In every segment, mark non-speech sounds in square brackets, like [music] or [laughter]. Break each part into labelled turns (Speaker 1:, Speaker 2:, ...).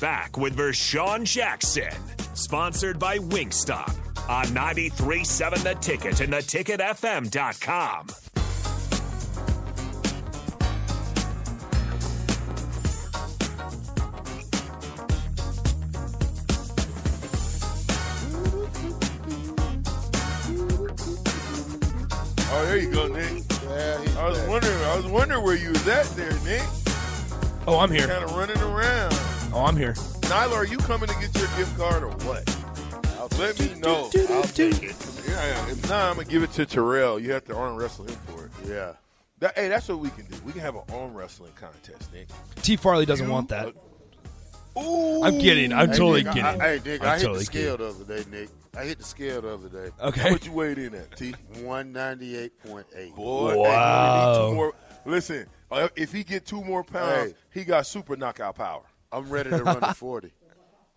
Speaker 1: Back with Vershawn Jackson, sponsored by Wingstop on 937 The Ticket and theticketfm.com.
Speaker 2: Oh, there you go, Nick.
Speaker 3: Yeah, he's
Speaker 2: I was
Speaker 3: back.
Speaker 2: wondering. I was wondering where you was at there, Nick.
Speaker 4: Oh, I'm here.
Speaker 2: Kind of running around.
Speaker 4: Oh, I'm here.
Speaker 2: Nyla, are you coming to get your gift card or what?
Speaker 3: I'll
Speaker 2: Let me know. I'll take it. Yeah, yeah. If not, I'm gonna give it to Terrell. You have to arm wrestle him for it.
Speaker 3: Yeah.
Speaker 2: That- hey, that's what we can do. We can have an arm wrestling contest, Nick.
Speaker 4: T. Farley doesn't want that.
Speaker 2: Ooh.
Speaker 4: I'm kidding. I'm
Speaker 3: Hey,
Speaker 4: totally
Speaker 3: Nick,
Speaker 4: kidding.
Speaker 3: I, hey, Nick,
Speaker 4: I'm
Speaker 3: i hit
Speaker 4: totally
Speaker 3: the scale the other day, Nick. I hit the scale the other day.
Speaker 2: How
Speaker 4: okay.
Speaker 2: much you weighed in at, T?
Speaker 3: 198.8.
Speaker 2: Boy, hey, we need
Speaker 4: Wow.
Speaker 2: two more- Listen, uh, if he get two more pounds, he got super knockout power.
Speaker 3: I'm ready to
Speaker 4: [laughs]
Speaker 3: run the 40.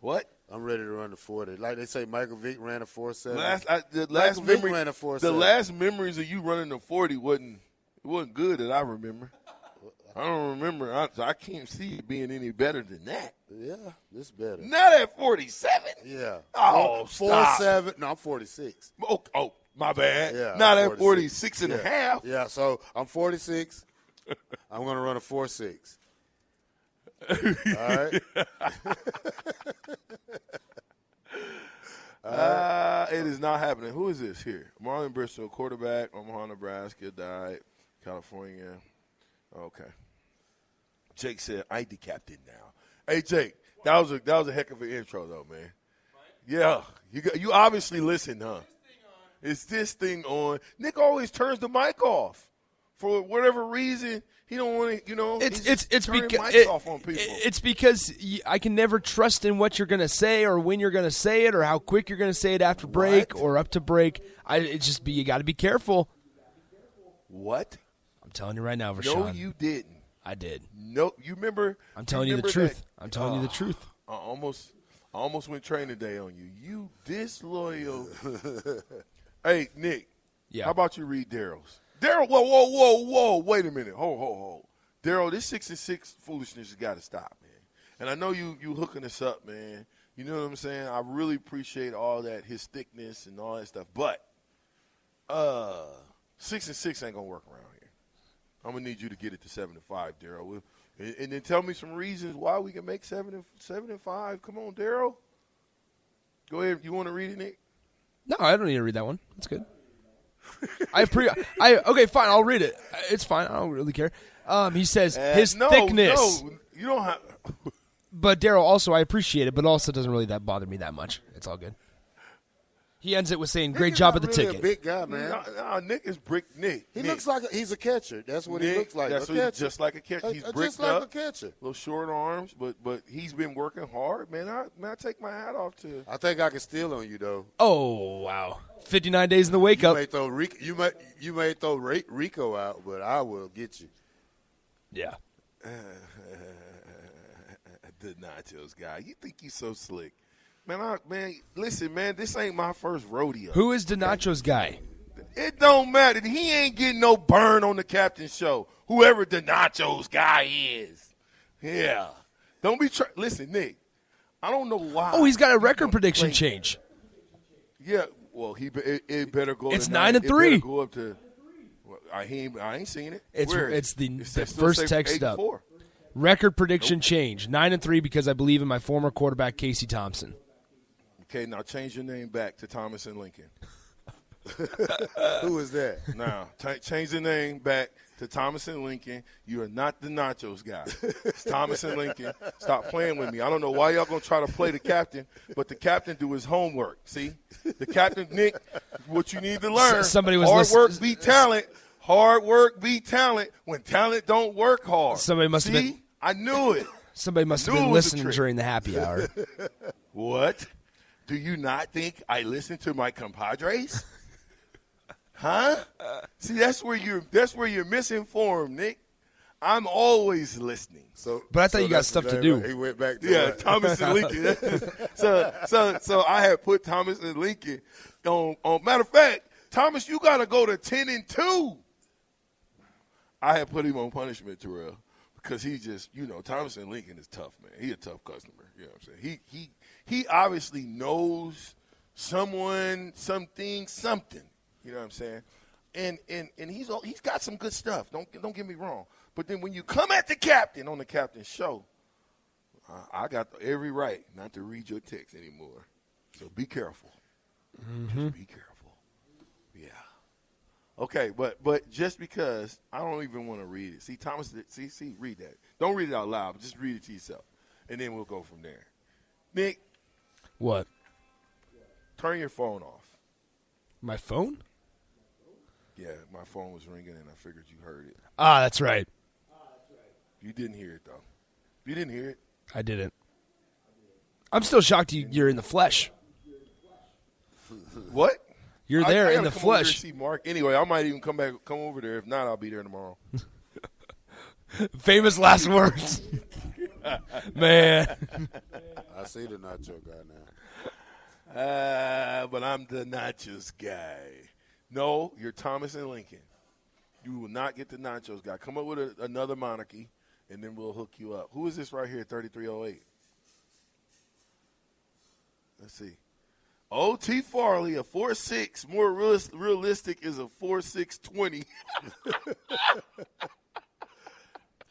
Speaker 2: What?
Speaker 3: I'm ready to run the 40. Like they say, Michael Vick ran a 4 7.
Speaker 2: Last I, the last
Speaker 3: Uh, Vick
Speaker 2: memory,
Speaker 3: ran a four
Speaker 2: the
Speaker 3: seven.
Speaker 2: last memories of you running the forty wasn't it wasn't good that I remember. I don't remember. I, I can't see it being any better than that.
Speaker 3: yeah, this better.
Speaker 2: Not at forty-seven.
Speaker 3: Yeah.
Speaker 2: Oh,
Speaker 3: Four-
Speaker 2: stop.
Speaker 3: 7. No, I'm 46.
Speaker 2: Oh, oh, my bad.
Speaker 3: Yeah,
Speaker 2: Not
Speaker 3: I'm
Speaker 2: at
Speaker 3: 46.
Speaker 2: 46 and a
Speaker 3: yeah.
Speaker 2: half.
Speaker 3: Yeah, so
Speaker 2: [laughs]
Speaker 3: I'm 46. I'm going to run a 4 6. All right.
Speaker 2: Uh, it is not happening. Who is this here? Marlon Bristol, quarterback, Omaha, Nebraska, died, California. Okay. Jake said, "I the captain now." Hey, Jake, that was a that was a heck of an intro, though, man. Yeah, you got, you obviously listened, huh? Is this thing on? Nick always turns the mic off for whatever reason. He don't want to, you know.
Speaker 4: It's
Speaker 2: he's
Speaker 4: it's it's
Speaker 2: turning
Speaker 4: because
Speaker 2: mics off on people.
Speaker 4: it's because y- I can never trust in what you're going to say or when you're going to say it or how quick you're going to say it after break
Speaker 2: What?
Speaker 4: or up to break. I it just be you got to be careful.
Speaker 2: what?
Speaker 4: I'm telling you right now,
Speaker 2: No,
Speaker 4: Vershawn.
Speaker 2: you didn't.
Speaker 4: I did.
Speaker 2: No, you remember?
Speaker 4: I'm telling you the
Speaker 2: remember
Speaker 4: truth. I'm telling you the
Speaker 2: Ah,
Speaker 4: truth.
Speaker 2: I almost, I almost went training day on you. You disloyal. hey, Nick.
Speaker 4: Yeah.
Speaker 2: How about you read Daryl's? Daryl, whoa, whoa, whoa, whoa! Wait a minute. Ho, ho, ho. Daryl, this six and six foolishness has got to stop, man. And I know you, you hooking us up, man. You know what I'm saying? I really appreciate all that his thickness and all that stuff, but uh, six and six ain't gonna work around here. I'm gonna need you to get it to seven and five, Daryl. We'll- And, and then tell me some reasons why we can make seven and seven and five. Come on, Daryl. Go ahead. You want to read it, Nick?
Speaker 4: No, I don't need to read that one. That's good. I pre I okay, fine. I'll read it. It's fine. I don't really care. Um, he says
Speaker 2: Uh,
Speaker 4: his
Speaker 2: no,
Speaker 4: thickness,
Speaker 2: No, you don't have.
Speaker 4: but Daryl also I appreciate it, but also doesn't really that bother me that much. It's all good. He ends it with saying, "Great
Speaker 2: is
Speaker 4: job at
Speaker 2: not
Speaker 4: the
Speaker 2: really a
Speaker 4: ticket."
Speaker 3: Big guy, man.
Speaker 2: No, no, Nick is brick Nick.
Speaker 3: He
Speaker 2: Nick.
Speaker 3: looks like a, he's a catcher. That's what
Speaker 2: Nick,
Speaker 3: he looks like.
Speaker 2: That's
Speaker 3: a
Speaker 2: what he-
Speaker 3: catcher.
Speaker 2: just like a catcher.
Speaker 3: A-
Speaker 2: He's
Speaker 3: a-
Speaker 2: bricked
Speaker 3: just like
Speaker 2: up.
Speaker 3: a catcher.
Speaker 2: Little short arms, but but he's been working hard, man. I man, I take my hat off to.
Speaker 3: I think I can steal on you though.
Speaker 4: Oh wow! Fifty-nine days in the wake
Speaker 3: You
Speaker 4: up.
Speaker 3: may throw Rico, you may you may throw Ra- Rico out, but I will get you.
Speaker 4: Yeah.
Speaker 2: the nachos guy. You think he's so slick, man? I, man, listen, man. This ain't my first rodeo.
Speaker 4: Who is Denacho's guy?
Speaker 2: It don't matter. He ain't getting no burn on the captain show. Whoever the nachos guy is, yeah. Don't be try. Listen, Nick. I don't know why.
Speaker 4: Oh, he's got a record prediction
Speaker 2: Wait.
Speaker 4: change.
Speaker 2: Yeah. Well, he be, it, it better go.
Speaker 4: It's
Speaker 2: to
Speaker 4: nine and
Speaker 2: It better
Speaker 4: three.
Speaker 2: Go up to. Well, I ain't. I ain't seen it.
Speaker 4: It's-
Speaker 2: Where is
Speaker 4: it's
Speaker 2: it?
Speaker 4: the-
Speaker 2: It
Speaker 4: the
Speaker 2: says- still
Speaker 4: first
Speaker 2: say
Speaker 4: text
Speaker 2: eight
Speaker 4: up.
Speaker 2: Four.
Speaker 4: Record prediction change. Nine and three because I believe in my former quarterback Casey Thompson.
Speaker 2: Okay, now change your name back to Thomas and Lincoln. Uh,
Speaker 3: Who is that?
Speaker 2: Now ta change the name back to Thomas and Lincoln. You are not the Nachos guy. It's Thomas and Lincoln. Stop playing with me. I don't know why y'all gonna try to play the captain, but the captain do his homework. See, the captain Nick, what you need to learn.
Speaker 4: S- somebody was
Speaker 2: hard
Speaker 4: listen-
Speaker 2: work beat talent. Hard work beat talent. When talent don't work hard.
Speaker 4: Somebody must
Speaker 2: See?
Speaker 4: have been-
Speaker 2: I knew it.
Speaker 4: Somebody must have
Speaker 2: Knew
Speaker 4: been
Speaker 2: it was a
Speaker 4: listening
Speaker 2: trick.
Speaker 4: during
Speaker 2: [laughs]
Speaker 4: the happy hour.
Speaker 2: What? Do you not think I listen to my compadres? huh? See, that's where you're that's where you're misinformed, Nick. I'm always listening.
Speaker 3: So,
Speaker 4: But I thought
Speaker 3: so
Speaker 4: you got
Speaker 3: that's
Speaker 4: stuff to
Speaker 3: exactly
Speaker 4: do.
Speaker 3: right. He went back. To
Speaker 2: Yeah,
Speaker 3: that.
Speaker 2: Thomas and Lincoln. so so so I had put Thomas and Lincoln on on matter of fact, Thomas, you gotta go to ten and two. I had put him on punishment, Terrell. because he just you know Thomason Lincoln is tough man. He a tough customer. You know what I'm saying? He he he obviously knows someone, something, something. You know what I'm saying? And and and he's all- he's got some good stuff. Don't don't get me wrong. But then when you come at the captain on the captain's show, I, I got every right not to read your text anymore. So be careful.
Speaker 4: Mm-hmm.
Speaker 2: Just be careful. Yeah. Okay, but but just because I don't even want to read it. See, Thomas, see, see, read that. Don't read it out loud. But just read it to yourself, and then we'll go from there. Nick,
Speaker 4: What?
Speaker 2: turn your phone off.
Speaker 4: My phone?
Speaker 2: Yeah, my phone was ringing, and I figured you heard it.
Speaker 4: Ah, that's right.
Speaker 2: You didn't hear it though. You didn't hear it.
Speaker 4: I didn't. I'm still shocked you, you're in the flesh.
Speaker 2: What?
Speaker 4: You're
Speaker 2: I-
Speaker 4: there
Speaker 2: I
Speaker 4: in
Speaker 2: gotta
Speaker 4: the
Speaker 2: come over here
Speaker 4: flesh.
Speaker 2: and see Mark. Anyway, I might even come back, come over there. If not, I'll be there tomorrow.
Speaker 4: Famous last words. Man.
Speaker 3: I see the nacho guy now.
Speaker 2: Uh, but I'm the nachos guy. No, you're Thomas and Lincoln. You will not get the nachos guy. Come up with a, another monarchy, and then we'll hook you up. Who is this right here? Thirty-three oh eight. Let's see. O.T. Farley, a four six. More realis- realistic is a four six twenty.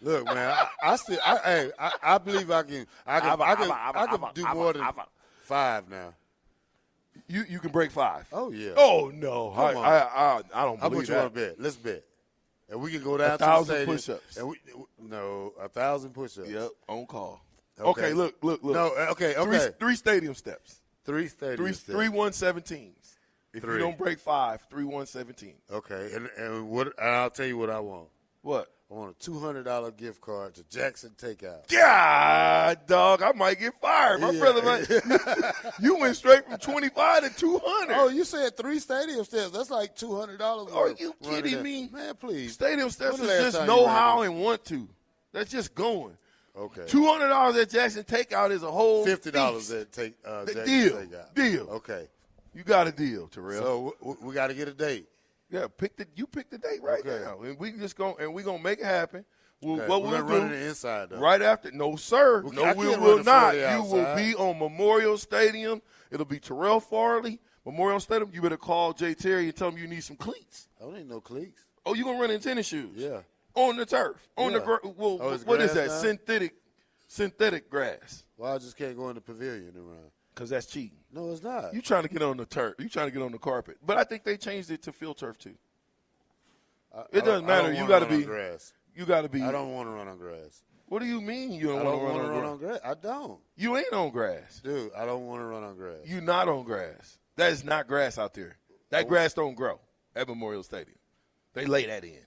Speaker 3: Look, man, I, I still, I, hey, I, I believe I can, I can, I can, I can do more than five now.
Speaker 2: You you can break five.
Speaker 3: Oh yeah.
Speaker 2: Oh no! I,
Speaker 3: Come on.
Speaker 2: I, I I don't
Speaker 3: How
Speaker 2: believe
Speaker 3: much you
Speaker 2: that.
Speaker 3: want to bet? Let's bet. And we can go down to
Speaker 2: thousand
Speaker 3: the stadium
Speaker 2: push-ups.
Speaker 3: And we, no, a thousand push-ups.
Speaker 2: Yep, on call. Okay,
Speaker 3: Okay.
Speaker 2: look, look, look.
Speaker 3: No, uh, okay, okay.
Speaker 2: Three, three stadium steps.
Speaker 3: Three stadiums.
Speaker 2: Three,
Speaker 3: then.
Speaker 2: three one seventeens. If
Speaker 3: Three.
Speaker 2: you don't break five, three one seventeen.
Speaker 3: Okay, and, and what? And I'll tell you what I want.
Speaker 2: What?
Speaker 3: I want a two hundred dollar gift card to Jackson Takeout.
Speaker 2: God, dog, I might get fired. My
Speaker 3: Yeah.
Speaker 2: brother,
Speaker 3: [laughs]
Speaker 2: might, you went straight from twenty five to two hundred.
Speaker 3: Oh, you said three stadium steps. That's like two hundred dollars.
Speaker 2: Are you kidding me?
Speaker 3: man? Please.
Speaker 2: Stadium steps
Speaker 3: When the
Speaker 2: is
Speaker 3: last
Speaker 2: just
Speaker 3: time you
Speaker 2: know
Speaker 3: ran
Speaker 2: how
Speaker 3: it?
Speaker 2: and want to. That's just going.
Speaker 3: okay.
Speaker 2: Two hundred dollars at Jackson Takeout is a whole
Speaker 3: fifty dollars
Speaker 2: feast.
Speaker 3: at take uh,
Speaker 2: The
Speaker 3: Jackson
Speaker 2: deal.
Speaker 3: Takeout.
Speaker 2: Deal.
Speaker 3: Okay.
Speaker 2: You got a deal, Terrell.
Speaker 3: So w- w- we got to get a date.
Speaker 2: Yeah, pick the you pick the date right
Speaker 3: Okay.
Speaker 2: now, and we just go and we gonna make it happen. Well,
Speaker 3: Okay,
Speaker 2: What
Speaker 3: we're
Speaker 2: we'll
Speaker 3: gonna run
Speaker 2: do
Speaker 3: it inside, though.
Speaker 2: right after? No, sir.
Speaker 3: We-
Speaker 2: no,
Speaker 3: I
Speaker 2: we
Speaker 3: can't
Speaker 2: will
Speaker 3: run the
Speaker 2: not.
Speaker 3: 40
Speaker 2: You will
Speaker 3: outside.
Speaker 2: be on Memorial Stadium. It'll be Terrell Farley Memorial Stadium. You better call Jay Terry and tell him you need some cleats.
Speaker 3: I don't need no cleats.
Speaker 2: Oh, you gonna run in tennis shoes?
Speaker 3: Yeah.
Speaker 2: On the turf, on the
Speaker 3: Yeah.
Speaker 2: gr- well,
Speaker 3: Oh, it's
Speaker 2: what is that?
Speaker 3: grass now?
Speaker 2: Synthetic, synthetic grass.
Speaker 3: Well, I just can't go in the pavilion around.
Speaker 2: Cause that's cheating.
Speaker 3: No, it's not.
Speaker 2: You trying to get on the turf? You trying to get on the carpet? But I think they changed it to field turf too.
Speaker 3: I- I
Speaker 2: it
Speaker 3: don't-
Speaker 2: doesn't
Speaker 3: I don't
Speaker 2: matter. You
Speaker 3: wanna
Speaker 2: gotta
Speaker 3: run on
Speaker 2: be-
Speaker 3: grass.
Speaker 2: You got to be.
Speaker 3: I don't want to run on grass.
Speaker 2: What do you mean you
Speaker 3: I
Speaker 2: don't,
Speaker 3: don't
Speaker 2: want
Speaker 3: want
Speaker 2: to
Speaker 3: to run
Speaker 2: grass?
Speaker 3: on grass. I don't,
Speaker 2: You ain't on grass.
Speaker 3: dude. I don't want to run on grass.
Speaker 2: You not on grass. That is not grass out there. That grass don't grow at Memorial Stadium. They lay that in.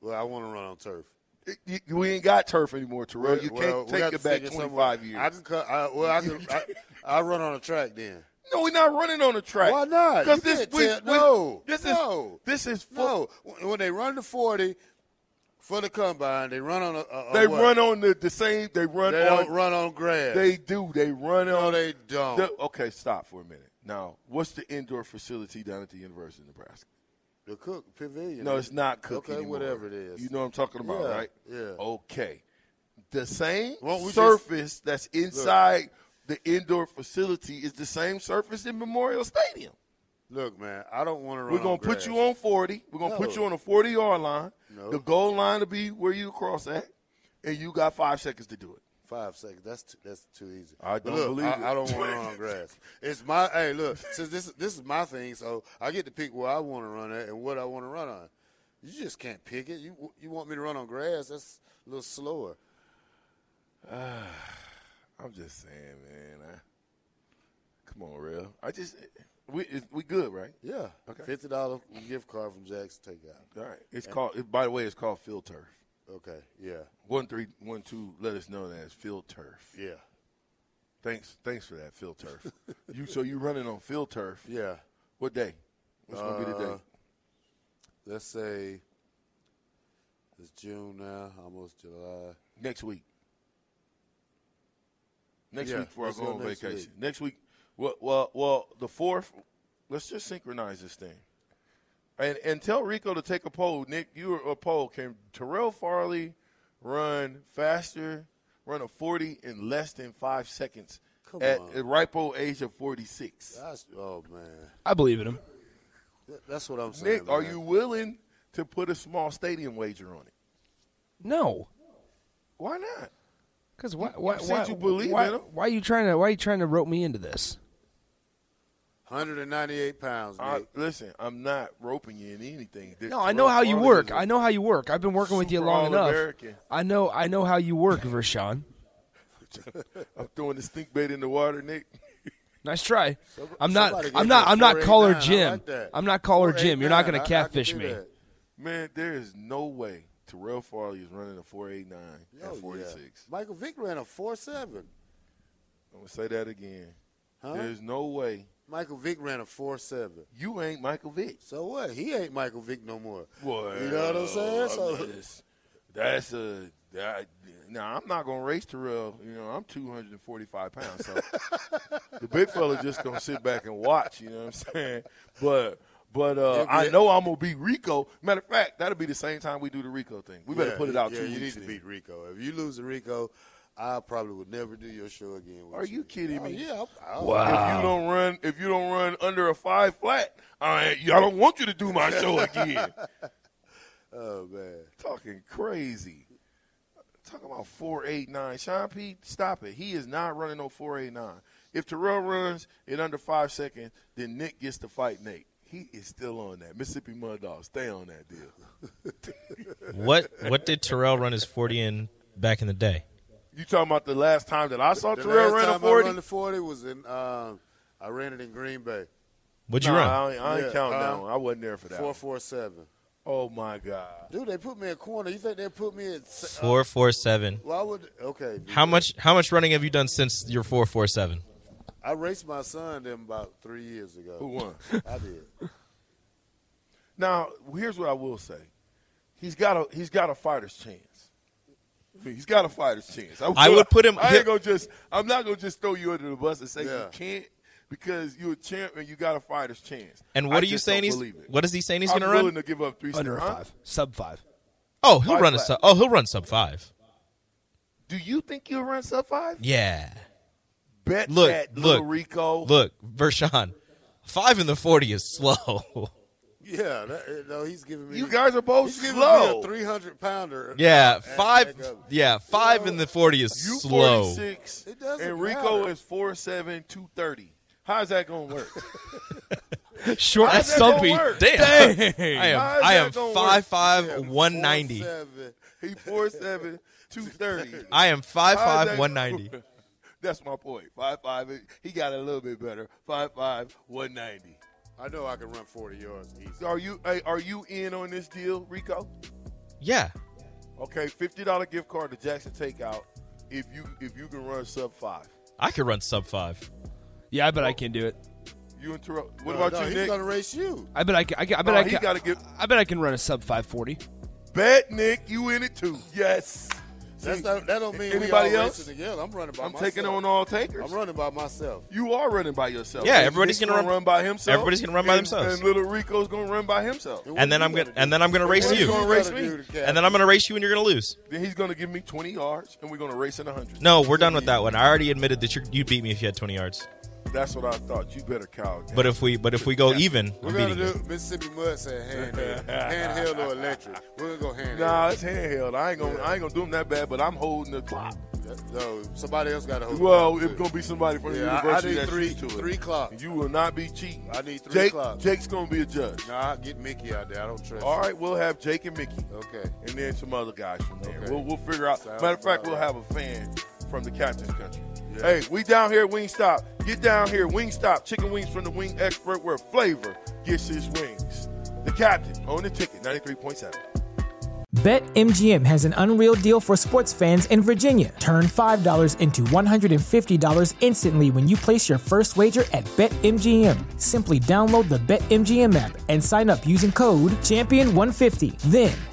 Speaker 3: Well, I want to run on turf.
Speaker 2: It- you- we ain't got turf anymore, Terrell. You
Speaker 3: Well,
Speaker 2: can't
Speaker 3: we
Speaker 2: take
Speaker 3: got
Speaker 2: it
Speaker 3: to
Speaker 2: back
Speaker 3: figure
Speaker 2: 25
Speaker 3: somewhere.
Speaker 2: years.
Speaker 3: I can cut. I,
Speaker 2: [laughs]
Speaker 3: well, I can. I, I run on a track then.
Speaker 2: no, we're not running on the track.
Speaker 3: Why not?
Speaker 2: Because
Speaker 3: You
Speaker 2: this
Speaker 3: can't
Speaker 2: we,
Speaker 3: tell-
Speaker 2: we-
Speaker 3: no,
Speaker 2: this
Speaker 3: no,
Speaker 2: is this is full.
Speaker 3: No, When- when they run the forty for the combine, they run on a. a a
Speaker 2: They
Speaker 3: what?
Speaker 2: run on the, the same. They run
Speaker 3: They
Speaker 2: on.
Speaker 3: don't run on grass.
Speaker 2: They do. They run
Speaker 3: no,
Speaker 2: on.
Speaker 3: they don't.
Speaker 2: the- okay, stop for a minute. Now, what's the indoor facility down at the University of Nebraska?
Speaker 3: the cook pavilion.
Speaker 2: No, it's not cooking.
Speaker 3: Okay, whatever it is.
Speaker 2: You know what I'm talking about,
Speaker 3: Yeah,
Speaker 2: right?
Speaker 3: yeah.
Speaker 2: Okay. The same
Speaker 3: Won't we
Speaker 2: surface that's inside the indoor facility is the same surface in Memorial Stadium.
Speaker 3: Look, man, I don't want to run.
Speaker 2: We're gonna
Speaker 3: on
Speaker 2: put
Speaker 3: grass.
Speaker 2: you on 40. We're gonna put
Speaker 3: No.
Speaker 2: you on a 40 yard line.
Speaker 3: No.
Speaker 2: The goal line to be where you cross at, and you got five seconds to do it.
Speaker 3: Five seconds. That's too, that's too easy.
Speaker 2: I
Speaker 3: But
Speaker 2: don't
Speaker 3: look,
Speaker 2: believe
Speaker 3: I,
Speaker 2: it.
Speaker 3: I
Speaker 2: [laughs]
Speaker 3: don't want to run on grass. It's my hey. Look, since this this is my thing, so I get to pick where I want to run at and what I want to run on. You just can't pick it. You you want me to run on grass? That's a little slower.
Speaker 2: I'm just saying, man. I, come on, real. I just we it- we good, right?
Speaker 3: Yeah.
Speaker 2: Okay.
Speaker 3: Fifty dollar gift card from Jackson Takeout.
Speaker 2: All right. It's called. It, by the way, it's called field turf.
Speaker 3: Okay. Yeah.
Speaker 2: One three one two. Let us know that it's field turf.
Speaker 3: Yeah.
Speaker 2: Thanks, thanks for that field turf.
Speaker 3: [laughs]
Speaker 2: you so you running on field turf?
Speaker 3: Yeah. Uh,
Speaker 2: What day? What's gonna be the day?
Speaker 3: Let's say it's June now, almost July.
Speaker 2: Next week. Next
Speaker 3: Yeah,
Speaker 2: week before I
Speaker 3: let's
Speaker 2: go
Speaker 3: go
Speaker 2: on
Speaker 3: next
Speaker 2: vacation.
Speaker 3: week.
Speaker 2: Next week. Well, well, well. The fourth. Let's just synchronize this thing. And and tell Rico to take a poll. Nick, you are a poll. Can Terrell Farley run faster, run a 40 in less than five seconds
Speaker 3: Come
Speaker 2: at
Speaker 3: on.
Speaker 2: the ripe old age of 46.
Speaker 3: That's, oh man,
Speaker 4: I believe in him.
Speaker 3: That- that's what I'm saying.
Speaker 2: Nick, are
Speaker 3: man.
Speaker 2: you willing to put a small stadium wager on it?
Speaker 4: No,
Speaker 2: Why not?
Speaker 4: because why? Why?
Speaker 2: said
Speaker 4: Why,
Speaker 2: you believe
Speaker 4: why,
Speaker 2: in him.
Speaker 4: why are you trying to? Why are you trying to rope me into this?
Speaker 3: 198 pounds, Nick?
Speaker 2: I, listen, I'm not roping you in anything. This
Speaker 4: No, I know how you
Speaker 2: Ron
Speaker 4: work.
Speaker 2: Farley
Speaker 4: I
Speaker 2: is
Speaker 4: know how you work. I've been working with you
Speaker 2: Super
Speaker 4: long enough.
Speaker 2: All-American.
Speaker 4: I know. I know how you work, Vershawn.
Speaker 2: a- I'm throwing the stink bait in the water, Nick.
Speaker 4: Nice try.
Speaker 3: Somebody
Speaker 4: I'm not.
Speaker 3: gave
Speaker 4: I'm
Speaker 3: me
Speaker 4: not.
Speaker 3: a
Speaker 4: I'm not caller
Speaker 3: 489. I
Speaker 4: Jim.
Speaker 3: like that.
Speaker 4: I'm not caller Jim. You're not going
Speaker 3: 489. I-
Speaker 4: to
Speaker 3: I can
Speaker 4: catfish
Speaker 3: do
Speaker 4: me.
Speaker 3: that.
Speaker 2: Man, there is no way Terrell Farley is running a 489
Speaker 3: Oh,
Speaker 2: at
Speaker 3: yeah.
Speaker 2: 46.
Speaker 3: Michael Vick ran a 4.7.
Speaker 2: I'm going to say that again.
Speaker 3: Huh?
Speaker 2: There's no way.
Speaker 3: Michael Vick ran a 4.7.
Speaker 2: You ain't Michael Vick.
Speaker 3: So what? He ain't Michael Vick no more.
Speaker 2: Well,
Speaker 3: You know what I'm saying? So-
Speaker 2: oh, I mean, it's- that's a. That, now I'm not gonna race Terrell. You know I'm 245 pounds,
Speaker 3: [laughs]
Speaker 2: so the big fella just gonna sit back and watch. You know what I'm saying? But but uh,
Speaker 3: Yeah,
Speaker 2: I
Speaker 3: but-
Speaker 2: know I'm gonna beat Rico. Matter of fact, that'll be the same time we do the Rico thing. We better
Speaker 3: Yeah,
Speaker 2: put it
Speaker 3: you-
Speaker 2: out
Speaker 3: Yeah,
Speaker 2: two
Speaker 3: you
Speaker 2: weeks.
Speaker 3: need to
Speaker 2: then.
Speaker 3: beat Rico. If you lose to Rico, I probably would never do your show again. With
Speaker 2: Are you kidding
Speaker 3: Oh,
Speaker 2: me?
Speaker 3: yeah. I, I,
Speaker 2: If you don't run, if you don't run under a five flat, I, I don't want you to do my show
Speaker 3: [laughs]
Speaker 2: again.
Speaker 3: Oh man.
Speaker 2: Talking crazy. Talking about 489. Sean P, stop it. He is not running no 489. If Terrell runs in under five seconds, then Nick gets to fight Nate. He is still on that. Mississippi Mud Dog, stay on that deal.
Speaker 5: [laughs] What what did Terrell run his forty in back in the day?
Speaker 2: You talking about the last time that I saw
Speaker 3: The
Speaker 2: Terrell
Speaker 3: last
Speaker 2: run a
Speaker 3: time I
Speaker 2: 40?
Speaker 3: ran the 40 was in. Um, I ran it in Green Bay.
Speaker 5: What'd you
Speaker 2: Nah,
Speaker 5: run?
Speaker 2: I ain't, I ain't
Speaker 3: Yeah,
Speaker 2: counting that
Speaker 3: huh?
Speaker 2: one. I wasn't there for that.
Speaker 3: Four
Speaker 2: one.
Speaker 3: four seven.
Speaker 2: Oh, my God.
Speaker 3: Dude, they put me in corner. You think they put me in? se-
Speaker 5: Four four seven.
Speaker 3: Why would? Okay.
Speaker 5: How much how much running have you done since your four four seven?
Speaker 3: I raced my son them about three years ago.
Speaker 2: Who won?
Speaker 3: [laughs] I did.
Speaker 2: Now, here's what I will say. He's got a he's got a fighter's chance. I mean, He's got a fighter's chance. I'm
Speaker 5: I
Speaker 2: gonna-
Speaker 5: would put him-
Speaker 2: I ain't gonna just. I'm not gonna just throw you under the bus and say you
Speaker 3: Yeah.
Speaker 2: can't because you're a champ and you got a fighter's chance.
Speaker 5: And what
Speaker 2: I
Speaker 5: are you
Speaker 2: just
Speaker 5: saying
Speaker 2: don't
Speaker 5: he's
Speaker 2: believe it.
Speaker 5: what is he saying he's
Speaker 2: I'm
Speaker 5: gonna
Speaker 2: willing
Speaker 5: run?
Speaker 2: to give up three
Speaker 4: Under a
Speaker 2: huh?
Speaker 4: five, sub five.
Speaker 5: oh, he'll
Speaker 2: five
Speaker 5: run a
Speaker 2: flat.
Speaker 5: sub oh he'll run sub five.
Speaker 2: Do you think you'll run sub five?
Speaker 5: Yeah.
Speaker 2: Bet
Speaker 5: Look,
Speaker 2: that,
Speaker 5: look,
Speaker 2: little Rico.
Speaker 5: Look, Vershawn, five in the forty is slow. [laughs]
Speaker 3: Yeah. That, no, he's giving me.
Speaker 2: you guys are both
Speaker 3: He's giving me
Speaker 2: slow.
Speaker 3: a three hundred pounder.
Speaker 5: yeah,
Speaker 3: Back-
Speaker 5: five
Speaker 3: back up.
Speaker 5: yeah, five in the forty is
Speaker 2: you
Speaker 5: slow.
Speaker 2: 46.
Speaker 3: It doesn't
Speaker 2: and Rico
Speaker 3: matter.
Speaker 2: is 4'7", 230. How's that gonna work?
Speaker 4: Short
Speaker 2: How's
Speaker 4: and
Speaker 2: that gonna
Speaker 4: stumpy.
Speaker 2: work?
Speaker 5: Damn.
Speaker 2: How
Speaker 4: [laughs]
Speaker 5: I am
Speaker 2: is
Speaker 5: I
Speaker 2: that
Speaker 5: am
Speaker 2: gonna work?
Speaker 5: five five one ninety.
Speaker 3: 4.7.
Speaker 2: He 4'7", 230.
Speaker 5: [laughs] I am five
Speaker 2: How's
Speaker 5: five
Speaker 2: that-
Speaker 5: one ninety.
Speaker 2: [laughs] That's my point. Five five. He got it a little bit better. Five five one ninety.
Speaker 3: I know I can run forty yards easy.
Speaker 2: Are you hey, are you in on this deal, Rico?
Speaker 5: Yeah.
Speaker 2: Okay, fifty dollar gift card to Jackson Takeout if you if you can run sub five.
Speaker 5: I could run sub five.
Speaker 4: Yeah, I bet I can do it.
Speaker 2: You interrupt. What
Speaker 3: No,
Speaker 2: about
Speaker 3: no,
Speaker 2: you,
Speaker 3: he's
Speaker 2: Nick?
Speaker 3: gonna race you.
Speaker 4: I bet I can. I, can- I bet
Speaker 2: Nah,
Speaker 4: I
Speaker 2: he
Speaker 4: can.
Speaker 2: Oh, gotta get-
Speaker 4: I bet I can run a sub five forty.
Speaker 2: Bet Nick, you in it too. Yes.
Speaker 3: That's
Speaker 2: See,
Speaker 3: not, that don't mean
Speaker 2: anybody
Speaker 3: we all
Speaker 2: else?
Speaker 3: racing together. I'm running by
Speaker 2: I'm
Speaker 3: myself.
Speaker 2: taking on all takers.
Speaker 3: I'm running by myself.
Speaker 2: You are running by yourself.
Speaker 5: Yeah,
Speaker 2: Nick-
Speaker 5: everybody's
Speaker 2: Nick's
Speaker 5: gonna
Speaker 2: run
Speaker 5: run-
Speaker 2: by himself.
Speaker 5: everybody's gonna run by
Speaker 2: and-
Speaker 5: themselves.
Speaker 2: And little Rico's gonna run by himself.
Speaker 3: what
Speaker 5: And then
Speaker 3: you
Speaker 5: I'm gonna
Speaker 3: do?
Speaker 5: and then I'm gonna race
Speaker 2: What are you
Speaker 5: you.
Speaker 2: gonna race me?
Speaker 5: And then I'm gonna race you and you're gonna lose.
Speaker 2: Then he's gonna give me twenty yards, and we're gonna race in a hundred.
Speaker 5: No, we're done with that one. I already admitted that you're, you beat me if you had 20 yards.
Speaker 2: That's what I thought. You better cow.
Speaker 5: But if we but if we go even,
Speaker 3: We're
Speaker 5: I'm
Speaker 3: gonna
Speaker 5: beating
Speaker 3: do
Speaker 5: you.
Speaker 3: Mississippi Mud said handheld, handheld or electric. We're gonna go handheld.
Speaker 2: Nah, it's handheld. I ain't gonna I ain't gonna do them that bad, but I'm holding the clock.
Speaker 3: That- no, somebody else got to hold.
Speaker 2: Well,
Speaker 3: it
Speaker 2: it's gonna be somebody from the
Speaker 3: Yeah, I- I
Speaker 2: university
Speaker 3: need
Speaker 2: that's
Speaker 3: three-
Speaker 2: used to it.
Speaker 3: three clocks.
Speaker 2: You will not be cheating.
Speaker 3: I need three
Speaker 2: Jake,
Speaker 3: clocks.
Speaker 2: Jake's gonna be a judge.
Speaker 3: Nah, get Mickey out there. I don't trust.
Speaker 2: All
Speaker 3: him.
Speaker 2: right, we'll have Jake and Mickey,
Speaker 3: Okay.
Speaker 2: and then some other guys from there.
Speaker 3: Okay.
Speaker 2: We'll, we'll figure out.
Speaker 3: Sounds
Speaker 2: Matter of fact,
Speaker 3: about
Speaker 2: we'll
Speaker 3: right.
Speaker 2: have a fan from the captain's country.
Speaker 3: Yeah.
Speaker 2: Hey, we down here at Wingstop. Get down here, Wingstop. Chicken wings from the wing expert, where flavor gets his wings. The captain on the ticket, ninety-three point seven.
Speaker 6: BetMGM has an unreal deal for sports fans in Virginia. Turn $5 into $150 instantly when you place your first wager at BetMGM. Simply download the BetMGM app and sign up using code Champion150. Then